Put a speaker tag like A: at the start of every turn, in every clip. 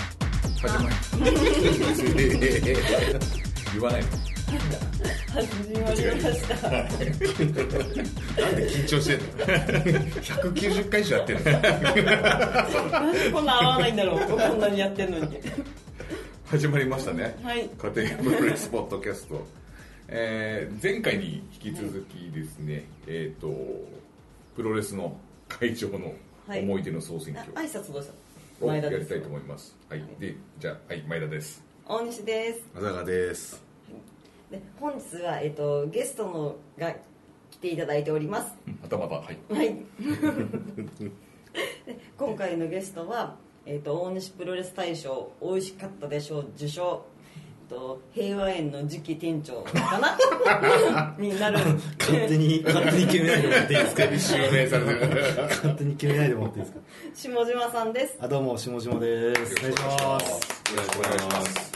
A: パジャマ
B: 言わないの
C: 始まりました。
A: なんで緊張してんの190回以上やってんの
C: なんでこんな合わないんだろう。こんなにやってんのに。
B: 始まりましたね
C: はい。
B: 家庭プロレスポッドキャスト、えー前回に引き続きですね、えっ、とプロレスの会長の
C: はい
B: 思い出の総選
C: あ
B: 挙
C: 挨拶どうした
B: を
C: 前
B: や
C: 田で
B: りたい
C: す
B: と。思います、はい
C: はい
B: でじゃあはい前田です
C: 大西です。
A: 浅川です
C: で本日は、えっと、ゲストのが来ていただいております。
B: またまたはい
C: はい。で今回のゲストは、えっと、大西プロレス大賞、美味しかったでしょう、受賞。えっと平和園の次期店長 かなになる
D: 勝手に勝手に決めないでもらっていいですか
B: 指名されてる
D: 勝手に決めないでもらっていいですか
C: 下島さんです
D: あどうも下島ですお願いします
B: よろしくお願いします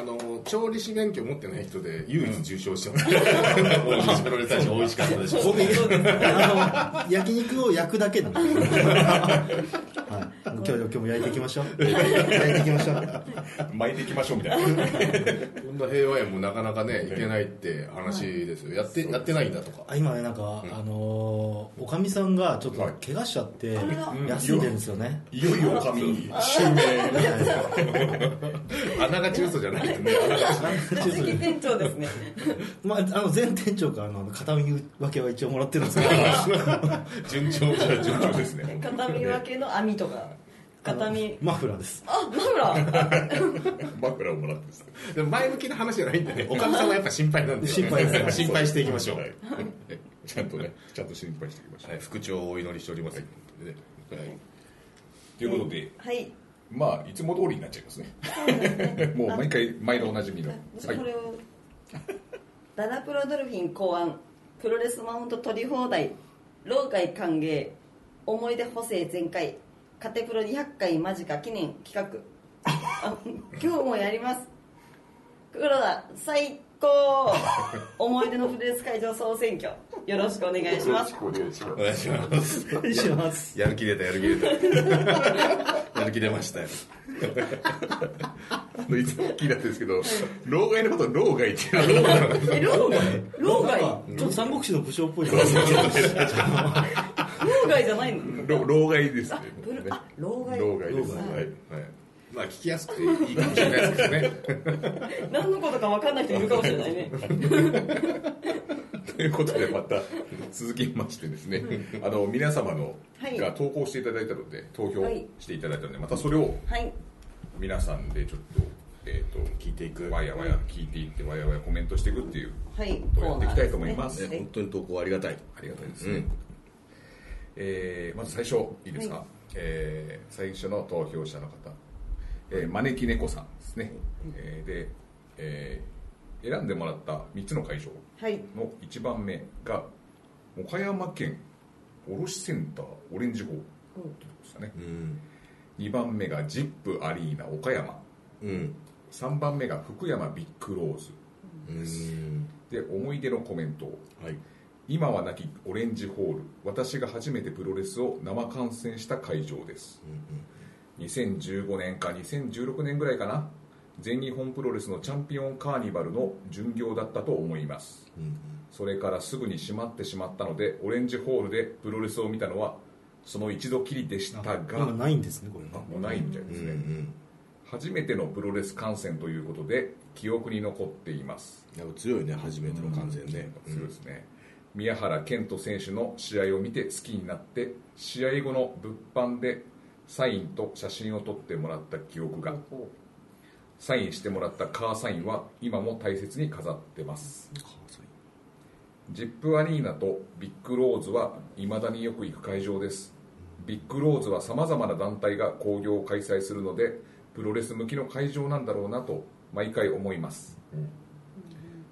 A: あの調理師免許持ってない人で唯一受賞して ます、大西プロレス大賞美味しかったでしょ
C: そうです
D: あの焼肉を焼くだけ なんで、はい、今日今日も焼いていきましょう焼いていきましょ う
B: 巻いていきましょうみたい な
A: こんな平和園もなかなかね行けないって話ですよやってやってないんだとか
D: あ今ねなんか、あのーおかみさんがちょっと
B: はい
D: 怪我しちゃって
C: ら
D: 休んでるんですよね
B: いよいよおかみに襲名
D: じゃないですか
A: あながち嘘じゃないよね
C: 次期店長ですね
D: まあ、あの前店長からの片身分けは一応もらってるんですけど
B: 順調じゃ順調ですね
C: 片身分けの網とか片身
D: マフラーです
C: あマフ ラー
B: マフラーをもらってです
A: でも前向きな話じゃないんでねおかみさんはやっぱ心配なんですよね
D: 心配です
A: 心配していきましょう、
B: はいちゃんとねちゃんと心配していきましょう、
A: はい副長をお祈りしております、本当にねはい
B: ということで
C: はい
B: まあいつも通りになっちゃいますねもう毎回毎度おなじみの、
C: じゃあこれをダラプロドルフィン考案プロレスマウント取り放題老外歓迎思い出補正全開カテプロ200回間近記念企画あ今日もやります黒田最高思い出のプロレス会場総選挙よろしくお願いします
B: お願いしま
A: お願いします
D: 失礼します
A: やる気出たやる気出たやる気出ましたよ
B: すいつも聞いたんですけど老害のことを老害っていう の
C: え老外老
D: な
C: 外
D: んかちょっと三国志の武将っぽいな
C: 老害じゃないの
B: 老老害ですね
C: ブルあ老害
B: 老害です
D: 老
B: はい、
D: 害
B: はい、
A: まあ聞きやすくていいかもしれないですけどね
C: 何のことか分かんない人いるかもしれないね
B: ということでまた続きましてですねあの皆様の
C: はい
B: が投稿していただいたので投票
C: はい
B: していただいたのでまたそれを
C: はい
B: 皆さんでちょっと,、えー、と聞いていくわやわや聞いていってわやわやコメントしていくっていう
C: はい
B: ことをやっていきたいと思います
C: はい
A: 当に投稿ありがたい
B: ありがたいですね、
A: うん
B: えーまず最初いいですか、
C: はい
B: えー最初の投票者の方、えー招き猫さんですね、えーで、えー選んでもらった3つの会場
C: はい
B: の1番目が岡山県卸センターオレンジ号ということでしたね
A: うん
B: 2番目が ZIP アリーナ岡山
A: うん
B: 3番目が福山ビッグローズ
A: うん
B: で思い出のコメントを
A: はい
B: 今はなきオレンジホール私が初めてプロレスを生観戦した会場です2015年か2016年ぐらいかな全日本プロレスのチャンピオンカーニバルの巡業だったと思いますそれからすぐに閉まってしまったのでオレンジホールでプロレスを見たのはその一度きりでしたが
D: 今ないんですねこれね
B: あもうないみたいですね、初めてのプロレス観戦ということで記憶に残っています
A: なんか強いね初めての完全ね
B: そうですね、宮原健人選手の試合を見て好きになって試合後の物販でサインと写真を撮ってもらった記憶がサインしてもらったカーサインは今も大切に飾ってますジップアリーナとビッグローズは未だによく行く会場ですビッグローズはさまざまな団体が興行を開催するのでプロレス向きの会場なんだろうなと毎回思います、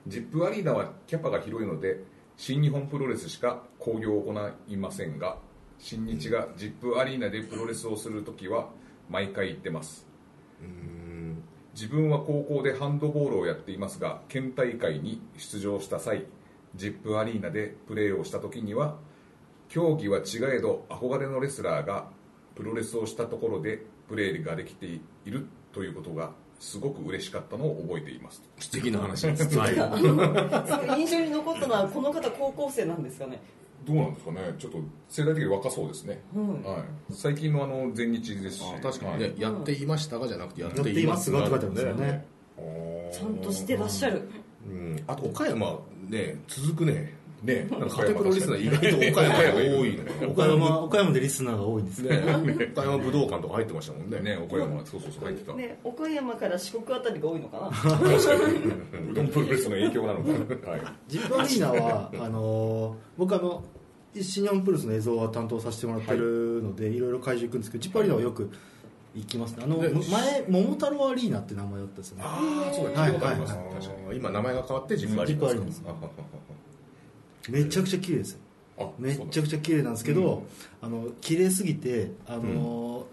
B: ジップアリーナはキャパが広いので新日本プロレスしか興行を行いませんが新日がジップアリーナでプロレスをするときは毎回行ってます自分は高校でハンドボールをやっていますが県大会に出場した際ジップアリーナでプレーをした時には競技は違えど憧れのレスラーがプロレスをしたところでプレーができているということがすごく嬉しかったのを覚えています
A: 素敵な話ですはい
C: 印象に残ったのはこの方高校生なんですかね
B: どうなんですかねちょっと世代的に若そうですね、
C: うん
B: はい、最近のあの全日ですし
A: あ確かに
B: はい
A: ねやっていましたがじゃなくてやっ
D: やってて
A: い
D: いま
A: ます
D: すが
A: が
D: って書いてあるんですよね
C: ちゃんとしてらっしゃる
A: うんあと岡山ね続くね
B: ね
A: なんかカテプロリスナー意外と 岡山が多いね
D: 岡山岡山でリスナーが多いんですね
A: ね岡山武道館とか入ってましたもんね
B: ね岡山そうそうそう入ってた、
C: ね岡山から四国あたりが多いのか
B: うどんプロレスの影響なのか、はい、
D: ジップアリーナはあのー僕あの新日本プロレスの映像は担当させてもらってるので、い、ろいろ会場行くんですけどジップアリーナはよく行きますねあの
A: ね
D: 前桃太郎アリーナって名前だったんですよね
A: ああそうだ聞いたことありますね確かに今名前が変わってジップアリーナ
D: ジップアリーナです
A: あははは
D: めちゃくちゃ綺麗ですよ
B: あ
D: めっちゃ
B: ゃ
D: くちゃ綺麗なんですけど、あの綺麗すぎてあの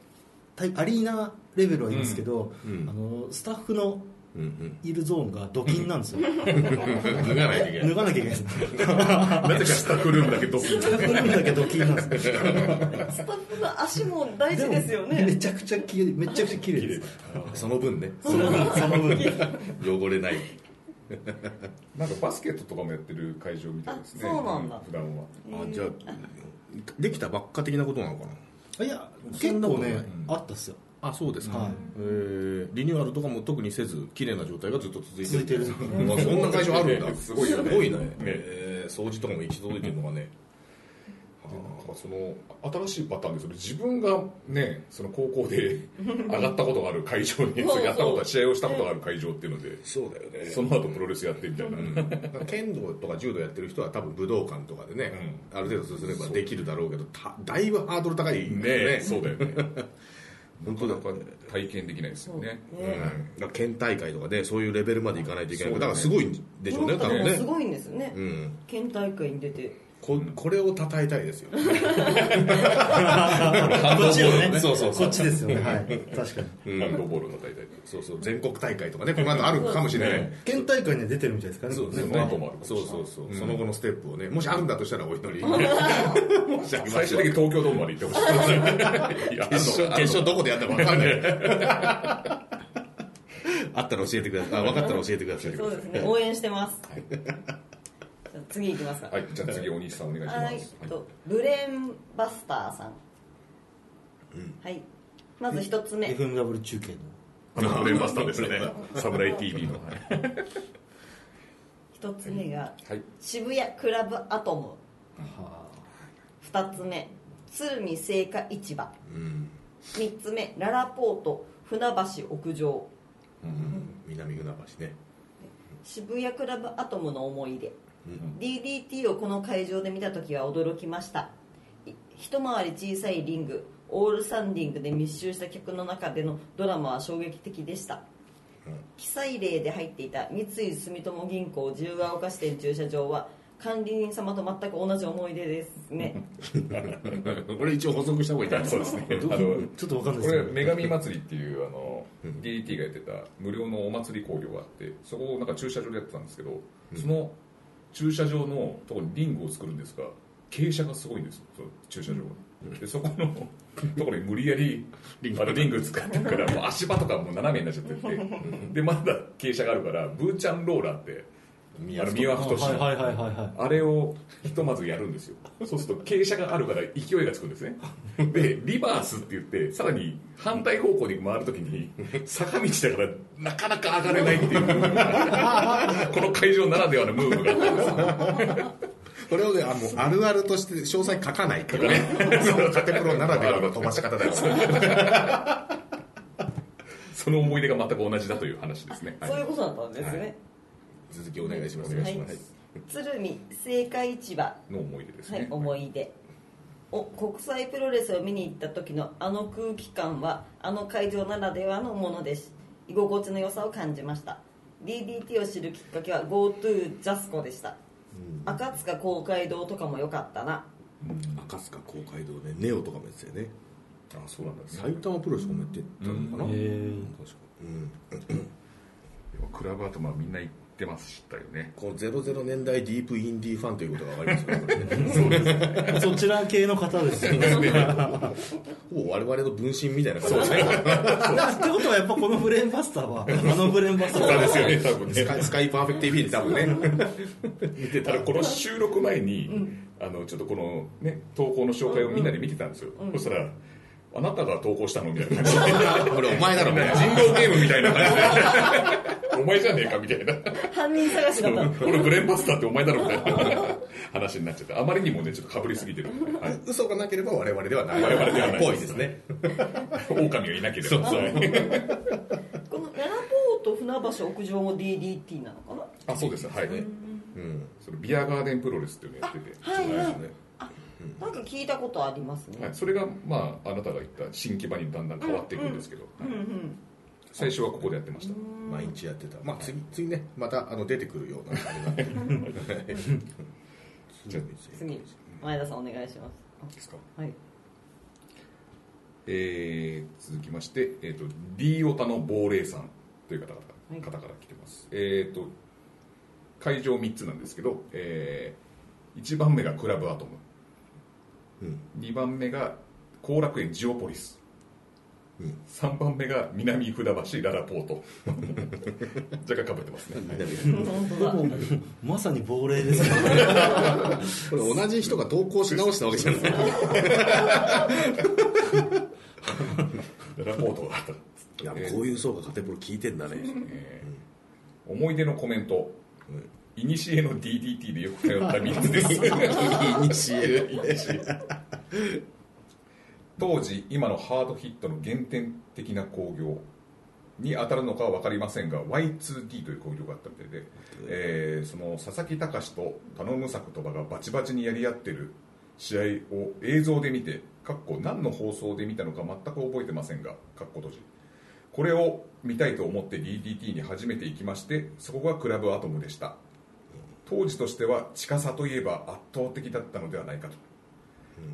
D: ー、たアリーナレベルはいいんですけど、
A: うんうん
D: あのスタッフの
A: うん
D: いるゾーンがドキンなんですよ
A: うん脱がないとい けない
D: 脱がなきゃいけないんです
A: なぜかスタッフルームだけドキ
D: スタッフの分だけドキンなんですよ
C: なスタッフの足も大事ですよ
D: もめ
C: ね
D: ちゃくちゃ綺麗めちゃくちゃ綺麗です
A: その分ね
D: そ の分その分
A: 汚れない
B: なんかバスケットとかもやってる会場みたいですね
C: あそうなんだ
B: 普段は
A: あじゃあできたばっか的なことなのかない
D: や
A: そ
D: 結
A: んなこ
D: 構
A: とない
D: ね
B: うん
D: あったっすよ
A: あそうですか、
D: はい
A: えーリニューアルとかも特にせず綺麗な状態がずっと続いて
D: 続いてる
A: まあ、そんな会社あるんだ
B: すごいよね
A: ね
B: ね
A: えー掃除とかも行き届いてるのがね
B: でなんかその新しいパターンですよね自分がねその高校 で上がったことがある会場に
C: そうそう
B: やったことが試合をしたことがある会場っていうので
A: そうだよね
B: その後プロレスやってみたいな、
A: 剣道とか柔道やってる人は多分武道館とかでね、ある程度進めばできるだろうけどただいぶハードル高い
B: ねそうだよね
A: 本当だから
B: 体験できないですよね
C: そう
A: うんだから県大会とかでそういうレベルまでいかないといけないからだからすごいんでしょうね
C: こ
A: 多
C: の方
A: 分
C: も
A: ね
C: すごいんですよね
A: うん
C: 県大会に出て
A: ここれを称えたいですよ
D: こっちよね
A: そうそうそう
D: こっちですよねはい確かに
B: ハンドボールの大会
A: そうそう全国大会とかねこの後あるかもしれない、
B: ね
D: 県大会には出てるみたいですからね
A: そう
D: 僕ね
A: です
B: その
A: ね
B: 後もあるかもしれ
A: そ
B: ないう
A: そうそう、
B: うん
A: その後のステップをねもしあるんだとしたらお祈り
B: 最終的に東京ドームまで行ってほしいいやあんの
A: 決 勝
B: あんの
A: 決勝どこでやったか分かんない あったら教えてくださいあ分かったら教えてください
C: そうですね応援してます じゃあ次行きますか
B: はいじゃあ次お兄さんお願いします
C: はい、えっとブレーンバスターさん、はいまず一つ目
D: FMW 中継の
B: ブレンバスターですねサムライ TV の
C: 一つ目が
B: はい
C: 渋谷クラブアトム
D: は
C: 二つ目鶴見青果市場
A: うん
C: 三つ目ララポート船橋屋上
A: 南船橋ね
C: 渋谷クラブアトムの思い出 DDT をこの会場で見た時は驚きましたい一回り小さいリングオールサンディングで密集した客の中でのドラマは衝撃的でした記載例で入っていた三井住友銀行自由が丘支店駐車場は管理人様と全く同じ思い出ですね
A: これ一応補足した方がいいかな
B: そうですねあ
D: あ
B: の
D: ちょっとわかんない
B: こ
D: です
B: れ
D: けど
B: 女神祭りっていうあの DDT がやってた無料のお祭り興行があってそこをなんか駐車場でやってたんですけど、その駐車場のところにリングを作るんですが傾斜がすごいんですよその駐車場が、でそこのところに無理やりリングあのリング使ってるからもう足場とかもう斜めになっちゃっててでまだ傾斜があるからブーちゃんローラーってあの三輪太
D: あはいはいはいはいは
B: あれをひとまずやるんですよそうすると傾斜があるから勢いがつくんですねでリバースって言ってさらに反対方向に回るときに坂道だからなかなか上がれないっていう この会場ならではのムーブがあったんです
A: これをねあのあるあるとして詳細書かないっていう ねそのカテプロならではの飛ばし方だよ
B: その思い出が全く同じだという話ですね、はい
C: そういうことだったんですね、
A: 続きお願いします
B: お
A: お
B: 願
A: 願い
B: いし
A: し
B: ま
A: ますす、
C: 鶴見青果市場
B: の思い出です
C: は
B: ね、
C: い、思い出お国際プロレスを見に行った時のあの空気感はあの会場ならではのものです居心地の良さを感じました DDT を知るきっかけは GoTo ジャスコでした赤塚公会堂とかも良かったな
A: 赤塚公会堂ねネオとかもやってたよね
B: あそうなんですね
A: 埼玉プロレスもやってたのかな、
D: いへー
A: 確かうん
B: クラブアートまあみんな行ってましたよね
A: こう00年代ディープインディーファンということが分かりますねこれね
D: そちら系の方ですよね。って
A: ほぼ我々の分身みたいな感じですね
D: ことはやっぱこのブレーンバスターは、あのブレーンバスターは、
B: すよね多分
A: スカイスカイパーフェクト TV で多分ね
B: でただこの収録前に、あのちょっとこの、ね、投稿の紹介をみんなで見てたんですよ、そしたらあなたが投稿したのみたいな感じで
A: これお前だろみたいな
B: 人狼ゲームみたいな感じで お前じゃねえかみたいな
C: 犯人探しだった
B: これブレーンバスターってお前だろみたいな話になっちゃってあまりにもねちょっとかぶりすぎてるんで、はい、
A: 嘘がなければ我々ではない
B: 我々ではない
A: ぽいですね
B: 狼がいなければはい
C: このララポート船橋屋上も DDT なのかな
B: あそうですはい、
A: うん
B: そのビアガーデンプロレスっていうのやってて
C: はいはい
B: ね
C: なんか聞いたことありますね、
B: はい、それが、まあ、あなたが言った新木場にだんだん変わっていくんですけど、
C: うんうん
B: 最初はここでやってました、
A: 毎日やってたまあ次次ねまたあの出てくるようなあれなんで
B: じゃあ
C: 次前田さんお願いします
B: いいですか
C: あはい
B: えー続きまして、えー、と D オタの亡霊さんという方々
C: はい
B: 方から来てます、えー、と会場3つなんですけど、え1番目がクラブアトム、
A: うん
B: 2番目が後楽園ジオポリス、
A: うん
B: 3番目が南船橋ララポート 若干かぶってます ね
C: 本当だ
D: まさに亡霊ですよね。
A: これ同じ人が投稿し直したわけじゃない
B: ララポートがあった
A: いやこういう層がカテプロ聞いてんだね
B: 思い出のコメント、いにしえの DDT でよく通った3つです。
A: いにしえ
B: 当時、今のハードヒットの原点的な興行に当たるのかは分かりませんが、Y2D という興行があったみたいで、えーその佐々木隆と頼む作とばがバチバチにやり合ってる試合を映像で見て、かっこ何の放送で見たのか全く覚えてませんが、かっこ閉じ。これを見たいと思って DDT に初めて行きましてそこがクラブアトムでした当時としては近さといえば圧倒的だったのではないかと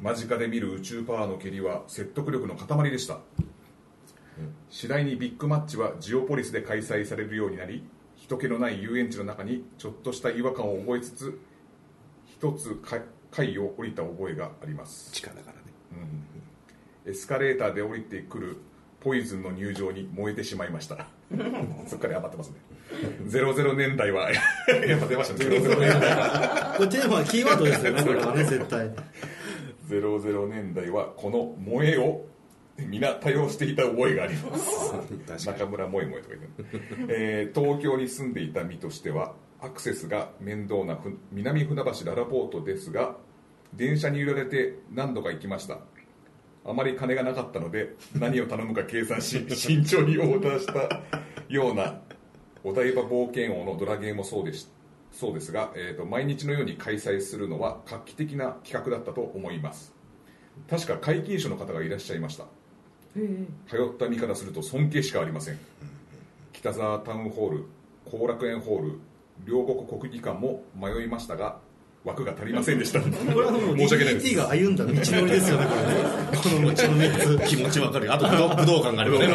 B: 間近で見る宇宙パワーの蹴りは説得力の塊でした、次第にビッグマッチはジオポリスで開催されるようになり人気のない遊園地の中にちょっとした違和感を覚えつつ一つか階を降りた覚えがあります
A: 地下だからね
B: エスカレーターで降りてくるポイズンの入場に燃えてしまいました そっから余ってますね00年代 はやっぱ出ましたね00年代
D: これテーマはキーワードですよね、これはね、絶対。
B: 00年代はこの萌えを皆多用していた覚えがあります
A: 確かに
B: 中村萌え萌えとか言って、えー東京に住んでいた身としてはアクセスが面倒なふ南船橋ララポートですが電車に揺られて何度か行きましたあまり金がなかったので何を頼むか計算し慎重にオーダーしたようなお台場冒険王のドラゲーもそうでしそうですが、えーと毎日のように開催するのは画期的な企画だったと思います確か皆勤賞の方がいらっしゃいました通った身からすると尊敬しかありません北沢タウンホール後楽園ホール両国国技館も迷いましたが枠が足りませんでした申
D: これはもう
B: し訳ないです
D: DDT が歩んだ道のりですよね、これね。この道の3つ。
A: 気持ちわかるよあと武道武道館があ ればね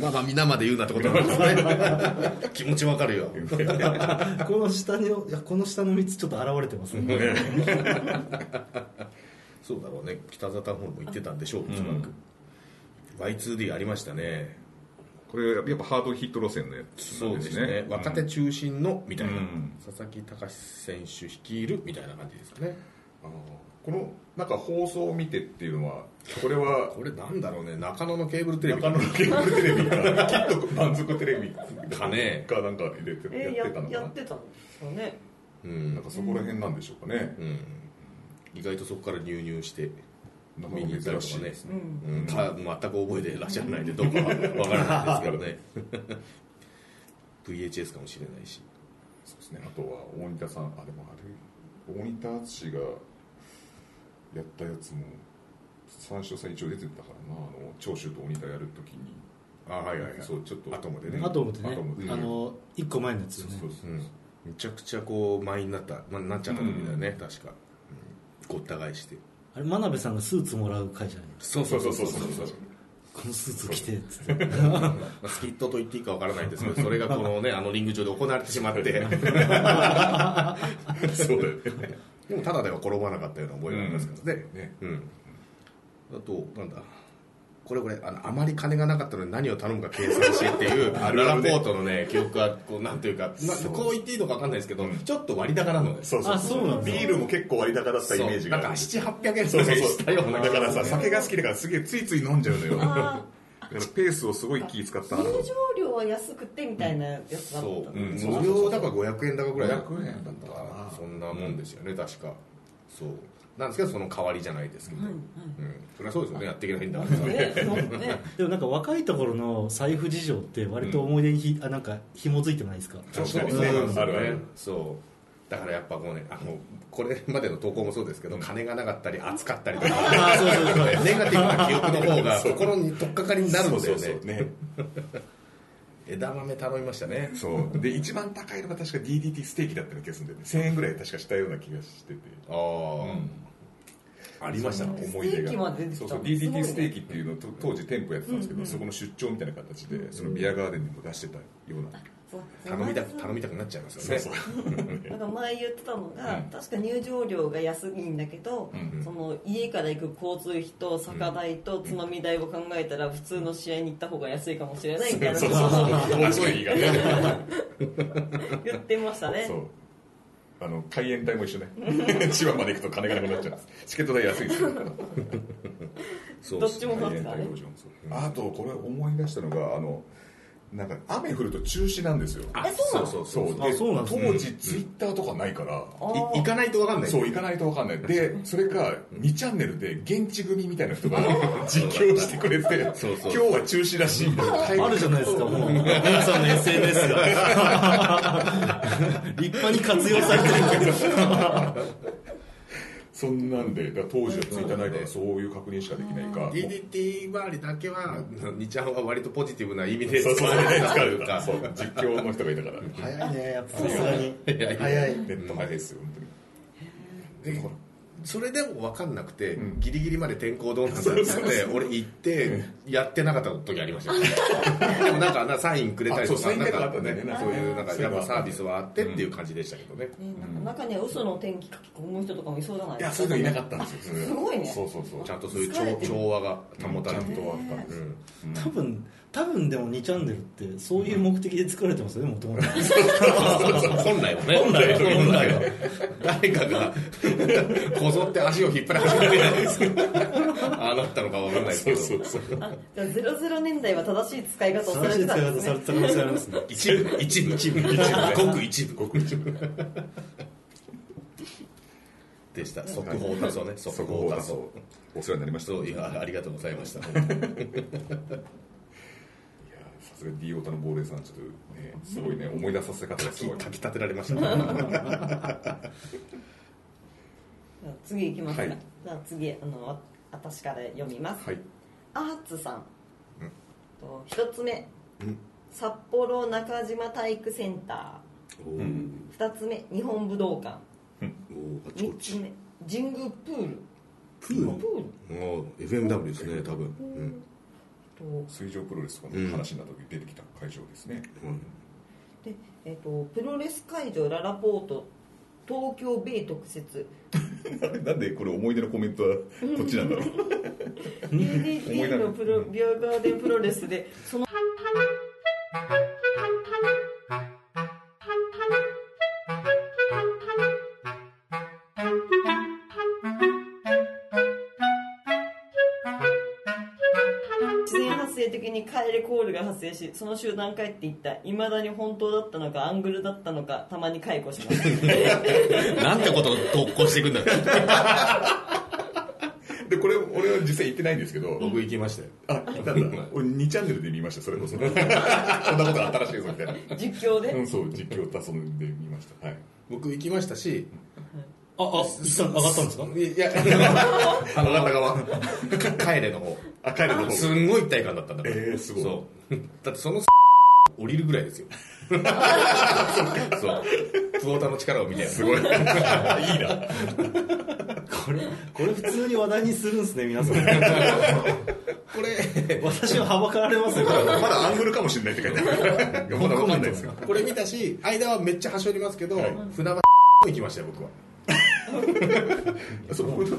A: まあまあ皆まで言うなってことなんですね 気持ちわかるよ
D: この下に、いやこの下の3つちょっと現れてますね。
A: そうだろうね北沙タウンホールも行ってたんでしょうおそらく Y2D ありましたね
B: これやっぱハードヒット路線のやつなん
A: 若手中心のみたいな、
B: うん
A: 佐々木隆選手率いるみたいな感じですかね
B: あのこのなんか放送を見てっていうのはこれは
A: これなんだろうね中野のケーブルテレビ
B: 中野ケーブルテレビかきっと満足テレビ
A: かね
B: かなんか入れて
C: えー、
B: や
C: や
B: ってたのか
C: や
B: な
C: ってたんですか ね
A: うん
B: なんかそこら辺なんでしょうかね
A: うん、意外とそこから入入して
B: なん
A: 見に行った
B: か
A: り
B: 珍
A: と
B: し
A: か
B: い
A: ね
B: です、
C: うん
A: うん、か全く覚えてらっしゃらないんでどうかは分からないですから ね VHS かもしれないし
B: そうですねあとは大仁田さんあでもあれ大仁田淳がやったやつも三所さん一応出てたからなあの長州と大仁田やるときに
A: あはいはいはい
B: そうちょっと
A: アトムでね
D: あと思ってね
B: アトムで、ね
D: あの、1個前のや
B: そ
D: つよ
B: う
D: ね
B: そう。そう、
A: うん、めちゃくちゃこう満員になった、まあ、なっちゃった時だよね、確か、うんごった返して
D: あれ、真鍋さんがスーツもらう回じゃない
A: そう
B: そうそうそうそうそう
D: このスーツ着てっつって
A: まあスキットと言っていいかわからないんですけ どそれがこのねあのリング上で行われてしまって
E: そうだよね
A: でもただでは転ばなかったような覚えがありますからね、
E: ね
A: うん、あとなんだこれこれあのあまり金がなかったので何を頼むか計算してって いうララポートのね記憶がこうなんていうかなこう言っていいのか分かんないですけど、ちょっと割高なのね
B: そうそう
D: あそうなんだ
B: ビールも結構割高だったイメージ
A: そ
B: が
A: うなんか7800円と
B: そう
A: か
B: そうそう
A: したような
B: だからさ酒が好きだからすげえついつい飲んじゃうのよだから
C: あ
B: ペースをすごい気使った
C: ー
B: な
C: 入
B: と思って
C: 場料は安くてみたいなやつだった
A: そう、
B: ん
A: 無料だから500円だかぐらい
E: 500円だったかな
A: そんなもんですよね、確かそうなんですけどその代わりじゃないですけど、うんそりゃそうですよねやっていけないんだからね
C: ねそうね
D: でもなんか若いところの財布事情って割と思い出にひ、あなんか紐づいてないですか
B: 確かに
A: そう
B: ね
A: なんです
B: あ
A: よ
B: るあ
A: ね
B: る
A: そうだからやっぱこうねあのこれまでの投稿もそうですけど、金がなかったり暑かったりとか
D: ああそうそうそ う
A: ネガティブな記憶の 方が心に取っかかりになるんだよね
B: そうそうそうね
A: 枝豆頼みましたね
B: そうで一番高いのが確か DDT ステーキだったような気がするんだよね1000円ぐらい確かしたような気がしてて
A: ああ、
B: ありましたね
C: そう
B: 思い
C: ス
B: 出が
C: テーキまで出てき
B: そ
C: た
B: うそう
C: すごいね
B: DDT ステーキっていうのをと当時店舗やってたんですけど、そこの出張みたいな形でそのビアガーデンにも出してたような、
A: 頼みたく頼みたくなっちゃいますよね
C: なんか前言ってたのが、
B: うん
C: 確か入場料が安いんだけど、
B: うん
A: うん
C: その家から行く交通費と酒代とつまみ代を考えたら普通の試合に行った方が安いかもしれないみたいな
B: そう
C: こ
B: そうそう
C: と
B: 大声がね
C: を言ってましたね
B: そうあの海援隊も一緒ね 千葉まで行くと金がなくなっちゃうチケット代安いですよ
A: そう
C: どっちもそう
B: 海
C: で
B: 援
C: すから
B: 隊
C: ね
B: 道場もそうあとこれ思い出したのがあのなんか雨降ると中止なんですよ
A: あ
C: えそうなの
A: そうそうそ
B: そ
A: う
B: うで
D: あそうなんですね
B: 当時ツイッターとかないから、
C: あー
A: い行かないと分かんない
B: そう行かないと分かんないでそれか2チャンネルで現地組みたいな人が実況してくれて
A: そうそう
B: 今日は中止らしいみたいな
D: あるじゃないですかもう皆さんの SNS が立派に活用されてる
B: そんなんでだから当時はツイッターないからそういう確認しかできないか
A: DDT 周りだけは2ちゃんは割とポジティブな意味で
B: そうそうそう
A: というか
B: そう実況の人がいたから
D: 早いねやっぱさすがに早い
B: ネット早いですよ本当に
A: でそれでも分かんなくて、
B: うん
A: ギリギリまで天候どうなんだってって俺行ってやってなかった時ありましたよ、でもなんかなサインくれたりと
B: あそ
A: か
B: うサイン
A: なん
B: くれた
A: か
B: りとかね
A: そういうなんか
B: そうい
A: や
B: う
A: っ
B: の
A: ぱサービスはあってっていう感じでしたけどね、
C: ねなんか中には嘘の天気書き込む人とかもいそうじゃない
B: い
C: で
B: や
C: す
B: そういう
C: か
B: のいなかったんですよ
C: すごいね
B: そうそうそう
A: ちゃんとそういう調調和が保たれて
B: うんちゃ
A: うん
B: んと
D: 多分多分でも2チャンネルってそういう目的で作られてますよねもと もと
A: 本来はね
D: 本来は
A: 本来は誰かがこぞって足を引っ張り始めてないですああなったのかわかんないですけど
C: あじゃあ00年代は正しい使い方をされ
D: 正してい
C: た
D: 使い
C: んで
D: 方
C: す
D: され
C: ね
D: てた可能性ありますね
A: 一部一部一部ごく一部ごく一部でした速報だそうね速報だそ
B: お世話になりました
A: そう
B: い
A: い
B: や
A: やありがとうございました
B: さすが D 太田の亡霊さんちょっとねすごいね思い出させ方がすごい
A: 炊き立てられましたね
C: じゃあ次行きますか、
B: はい
C: じゃあ次あのわ私から読みます、
B: はい
C: アーツさんと一つ目札幌中島体育センター二つ目日本武道館三つ目神宮プール
A: プ
C: プール
A: もう FMW ですね多分、うん
C: と
B: 水上プロレスとかの話になった時に出てきた会場ですね
C: で、えっとプロレス会場ララポート東京米特設
B: なんでこれ思い出のコメントはこっちなんだろう思い
C: DDT
B: 出
C: のプロビアガーデンプロレスでその自然発生的に帰れコールが発生しその集団帰っていったいまだに本当だったのかアングルだったのかたまに解雇します
A: なんてことを投稿していくんだろう
B: でこれ俺は実際行ってないんですけど
A: 僕行きましたよ
B: あなんだ 俺2チャンネルで見ましたそれこ そこんなことあったらしいぞみたいな
C: 実況で
B: うん、そう実況たそんで見ましたはい
A: 僕行きましたし
D: ああ一旦上がったんですか
A: いやあの方側帰れの方
B: あ帰るの方
A: すんごい一体感だったんだから、
B: えーすごい
A: そうだってその降りるぐらいですよそう久保田の力を見てす ごい
D: これこれ普通に話題にするんですね皆さん
A: ここれ
D: 私ははばかられますよ
B: まだアングルかもしれないって書いてあるまだわかんないですよ
A: これ見たし間はめっちゃはしょりますけど、
B: はい
A: 船橋行きましたよ僕は
B: そうもう
D: もう俺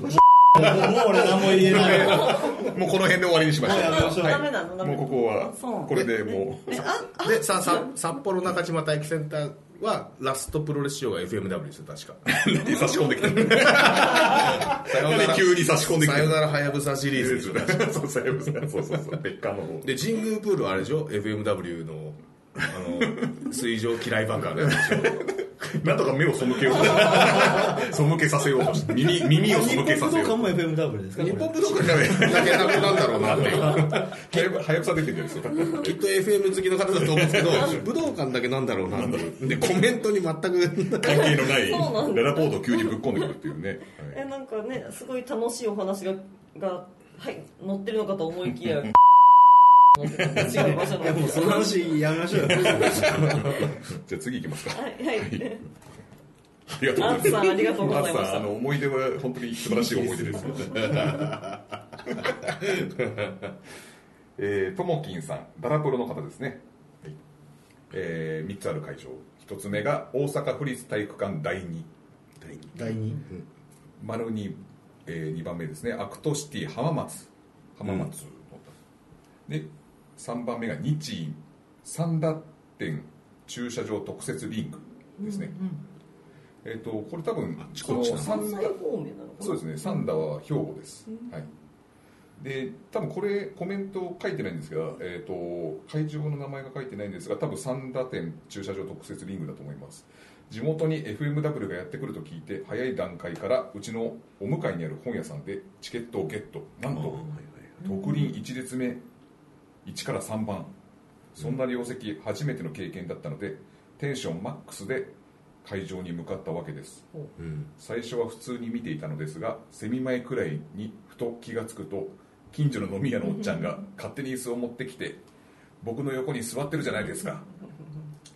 D: 何も言えない
B: もうこの辺で終わりにしましょ
D: はいやめましょ
B: う
D: う
B: はい
C: ダメなのダ
B: も
C: メ
B: うここは
C: そう
B: これでもう
C: えああ
A: でささ札幌中島体育センターはラストプロレス仕様が FMW ですよ確か
B: なんで差し込んでき たの
A: さよ
B: なんで急に差し込んでき
A: さ
B: た
A: よ
B: の
A: ならはやぶさシリーズでしょ 確か
B: そうそうそうそうそう別館の方
A: で神宮プールはあれでしょ FMW のあ の水上機雷爆破のやつでしょ
B: なんとか目を背けようと して背けさせようとして耳耳を
D: 日
B: 背
D: 本
B: け
D: 武
B: さ
D: 道
B: せよう
D: 館
B: と
D: も FMW ですか
A: 日
D: これ
A: 本武道館で投げなくなんだろうなっていう
B: はやぶさ出てるんですよ
A: きっと FM 好きの方だと思うんですけど武道館だけなんだろうなっていうでコメントに全く
B: 関係のない
C: そうなんだ
B: ララポートを急にぶっ込んでくるっていうね
C: えなんかねすごい楽しいお話ががはい乗ってるのかと思いきや 違う場所の
D: いやもうその話やめましょう よ
B: はいじゃあ次行きますか
C: はいはい
B: ありがとうございます
C: アンさんありがとうございました
B: アンさんあの思い出は本当に素晴らしい思い出です。 えーともきんさん、ダラプロの方ですね。はいえ3つある会場。1つ目が大阪府立体育館第2。第2
D: 第2
F: 丸に、
B: え2番目ですね、アクトシティ浜松。浜松の、で、3番目が日院三田店駐車場特設リンクですね。えっ、と、これ多分、この
C: 関
B: 三
C: 西
B: 田
C: 方面なのかな
B: そうですね、サンダーは兵庫です。はい。で、多分これ、コメント書いてないんですが、えっ、と、会場の名前が書いてないんですが、多分サンダー店駐車場特設リングだと思います。地元に FMW がやってくると聞いて、早い段階から、うちのお向かいにある本屋さんでチケットをゲット。なんと、特輪1列目、1から3番。そんな両席、初めての経験だったので、テンションマックスで会場に向かったわけです。最初は普通に見ていたのですがセミ前くらいにふと気がつくと近所の飲み屋のおっちゃんが勝手に椅子を持ってきて僕の横に座ってるじゃないですか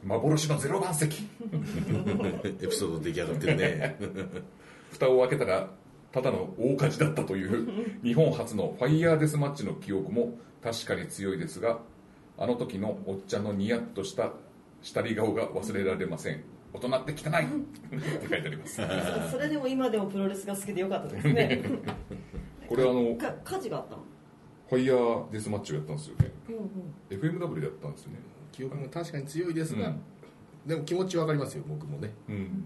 B: 幻のゼロ番席
A: エピソード出来上がってるね
B: 蓋を開けたらただの大火事だったという日本初のファイヤーデスマッチの記憶も確かに強いですがあの時のおっちゃんのニヤッとした下り顔が忘れられません大人って汚いって書いてあります
C: そそれでも今でもプロレスが好きでよかったですね
B: これあの
C: か火事があったの
B: ファイヤーデスマッチをやったんですよね、FMW でやったんですよね
A: 記憶も確かに強いですが、
B: うん
A: でも気持ちわかりますよ僕もね
B: うん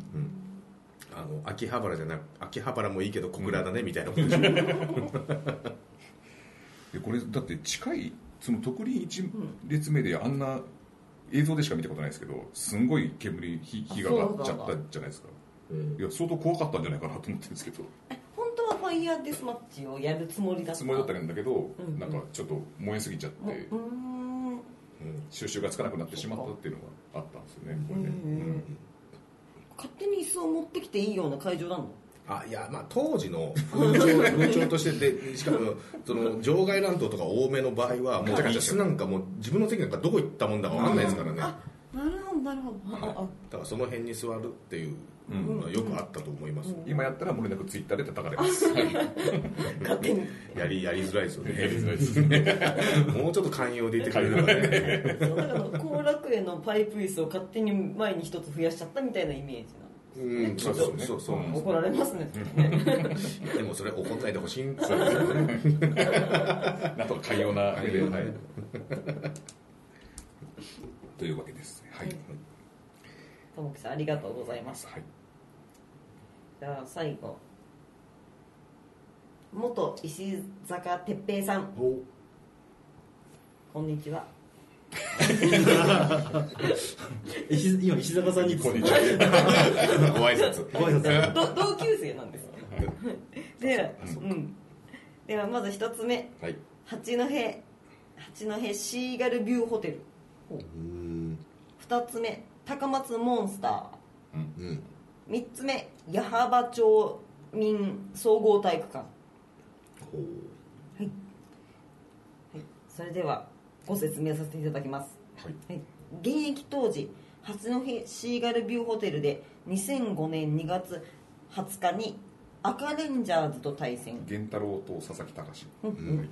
A: あの秋葉原じゃなく秋葉原もいいけど小倉だね、みたいなことでしょ
B: でこれだって近いその特に1列目であんな映像でしか見たことないですけどすんごい煙火火が上がっちゃったじゃないですかいや相当怖かったんじゃないかなと思ってるんですけど
C: え本当はファイヤーデスマッチをやるつもりだった
B: つもりだったんだけど、
C: うん
B: なんかちょっと燃えすぎちゃって、
C: うーん
B: 収集がつかなくなってしまったっていうのがあったんですよねこれね、
C: うん勝手に椅子を持ってきていいような会場なの
A: あいやまあ当時 の風潮風潮としてでしかもその場外乱闘とか多めの場合はもう椅子なんかもう自分の席なんかどこ行ったもんだか分かんないですからね、
C: あなるほどなるほどああ
A: だからその辺に座るっていうのはよくあったと思います、
B: 今やったらもれなくツイッターで叩かれます
C: あ勝手に
A: やりやりづらいですよ
B: やりづらい
A: ね
B: ですね
A: もうちょっと寛容でいてくれれば ね
C: そうだから後楽園のパイプ椅子を勝手に前に一つ増やしちゃったみたいなイメージ
A: うんそうそうそうそう
C: なの怒られますね
A: でもそれ怒んないでほしいんです
B: そう
A: よ
B: ですよね。なんとか寛容な目で、
A: はい
B: はい というわけです。はい。はい。
C: ともきさんありがとうございましたじゃあ最後元石坂哲平さん
D: お
C: こんにちは
D: 石今石坂さんに
B: こんにちは。
A: ご挨拶
D: ご挨 拶
C: ど同級生なんです で,、うん、ではまず一つ目
A: はい
C: 八戸八戸シーガルビューホテル
A: うん
C: 二つ目高松モンスター
A: うん
C: 三つ目矢巾町民総合体育館はい、はい、それではご説明させていただきます、はい現役当時八戸シーガルビューホテルで2005年2月20日に赤レンジャーズと対戦
B: 源太郎と佐々木隆。
C: うん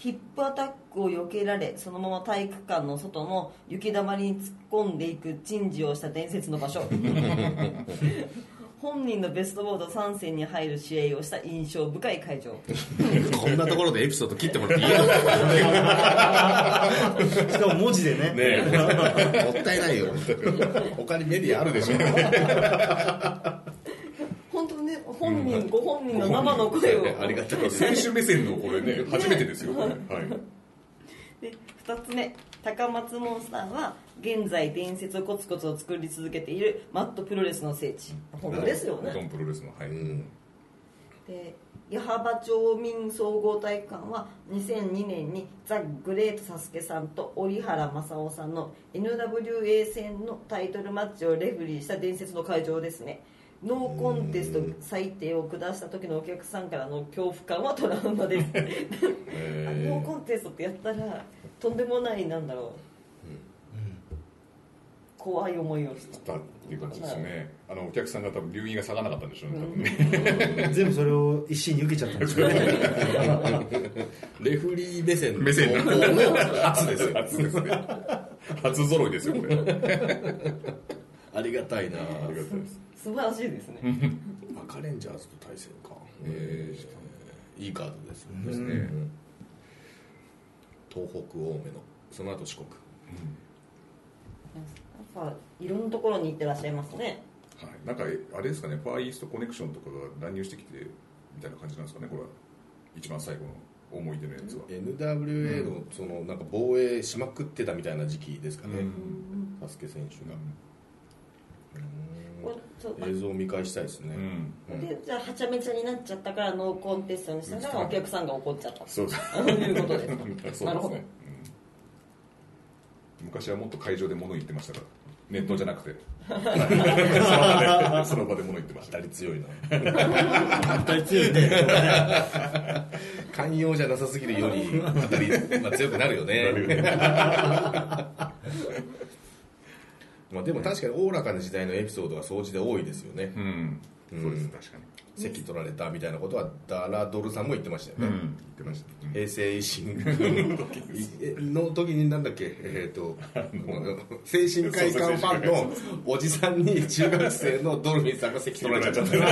C: ヒップアタックを避けられそのまま体育館の外の雪だまりに突っ込んでいく珍事をした伝説の場所本人のベストボード3戦に入る試合をした印象深い会場
A: こんなところでエピソード切ってもらっていいのね
D: しかも文字でね
A: えもったいないよ他にメディアあるでしょ
C: 本当ね本人、ご本人の生の声を
A: ありがたいです
B: 選手目線のこれね初めてですよこれはい
C: で2つ目高松モンスターは現在伝説をコツコツを作り続けているマットプロレスの聖地本当ですよ
B: 日
C: ね
B: 本プロレスのは
A: う
B: い
A: ん
C: で矢巾町民総合体育館は2002年にザ・グレートサスケさんと折原正夫さんの NWA 戦のタイトルマッチをレフェリーした伝説の会場ですねノーコンテスト最低を下した時のお客さんからの恐怖感はトラウマですあノーコンテストってやったらとんでもないなんだろう、怖い思いをした
B: だっていう感じですねあのお客さんが多分留飲が下がらなかったんでしょうね多分ね
D: 全部それを一心に受けちゃったんですよ ね
A: レフリー目線の
B: 目線
A: 初ですよ
B: 初ですね初揃いですよこれありが
A: ありがたいな
B: たいです
C: 素晴らしいですね
A: 赤レンジャーズと対戦か
B: えー
A: いいカードですね
B: ですね
A: 東北青梅のその後四国
C: やっぱいろんなところに行ってらっしゃいますね
B: はいなんかえあれですかねファーイーストコネクションとかが乱入してきてみたいな感じなんですかねこれは一番最後の思い出のやつは
A: NWA のそのなんか防衛しまくってたみたいな時期ですかね、サスケ選手が、
C: これちょ
A: 映像を見返したいですね、
B: うん
C: でじゃあはちゃめちゃになっちゃったからノーコンテストにしたからお客さんが怒っちゃったと
B: そうです
C: いうことです
B: そうです
C: な
B: ね
C: るほど、
B: うん昔はもっと会場で物言ってましたからネットじゃな くてその場でその場で物言ってまし
A: 当
B: た
A: たり強いな
D: 当たり強いね
A: 寛容じゃなさすぎるより 当たり、まあ、強 くなるよねまあでも確かにおおらかな時代のエピソードが総じて多いですよね、
B: うん
A: うん
B: そうです確かに
A: 席取られたみたいなことはダラドルさんも言ってましたよね、
B: 言ってましたうん
A: 平成維新軍の時になんだっけえっ、と精神科医館ファンのおじさんに中学生のドルフィンさんが席取られちゃ った文句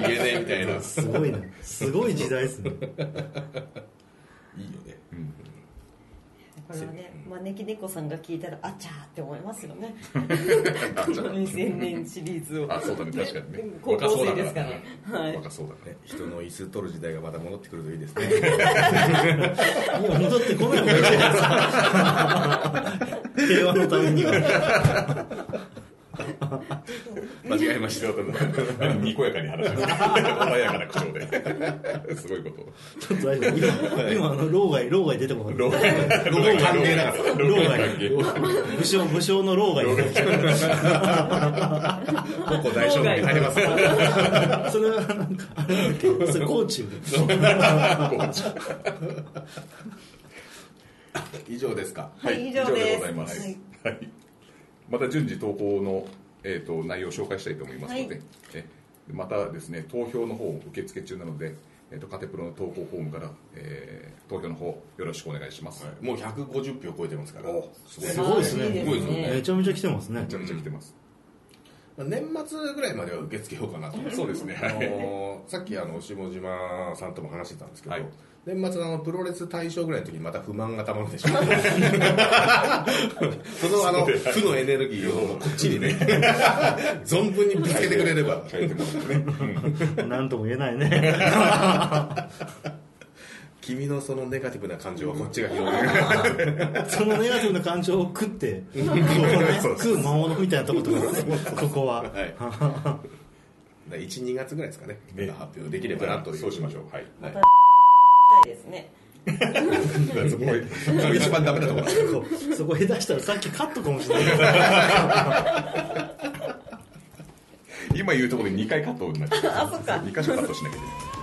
A: 言えねえみたいないいよ
D: すごいねすごい時代ですね
A: ね
C: これはね招き猫さんが聞いたらあちゃーって思いますよ ねこの2000年シリーズを
B: あそうだね確かにね
C: 高
B: 若そ
C: 校
B: うだ
C: 生
B: から
C: ですからはい
B: 若そうだね
A: ね人の椅子取る時代がまた戻ってくるといいですね
D: 今戻ってこないもんね 平和のためには
A: 間違えました
B: にこやかに話して る穏やかな口調ですごいこと
D: ちょっと大丈夫今今あの老害老害出てこなか
B: 老
D: っ
B: 害老害
A: 関係なか
D: た老害武将武将の老害出てき
A: どこ大将軍に入りますか
D: たそれはなんかあれだっけそれ甲冑で
A: 以上ですか
C: はい以上です
B: ございます。
C: はい
B: はいまた順次投稿の、えー、と内容を紹介したいと思いますので、
C: はい
B: えまたですね投票の方を受付中なので、えー、とカテプロの投稿フォームから、えー投票の方よろしくお願いします。
A: もう150票超えてますから
B: すごい
D: すごいですね
C: すごいですね
D: めちゃめちゃ来てますね
B: めちゃめちゃ来てます。
A: 年末ぐらいまでは受け付けようかなと
B: そうですね
A: あのーさっきあの下島さんとも話してたんですけど、
B: はい
A: 年末のあのプロレス大賞ぐらいの時にまた不満がたまる でしょそのあの負のエネルギーをこっちに ね存分にぶつけてくれれば
B: 書いてますね。うん
D: なんとも言えないね
A: 君のそのネガティブな感情はこっち が拾う
D: そのネガティブな感情を食 って、こうね、
B: そう
D: 食う魔物みたいなとことなんですねここは。
A: はい12月ぐらいですかねまた発表できればなという
B: そうしましょう。はい。
A: はい
C: たいですね
B: そ こへ
A: それ 一番ダメだと思う
D: こうそこ下手したらさっきカットかもしれない。
B: 今言うところで2回カットになっちゃう。
C: あそっか
B: 2箇所カットしなきゃいけない。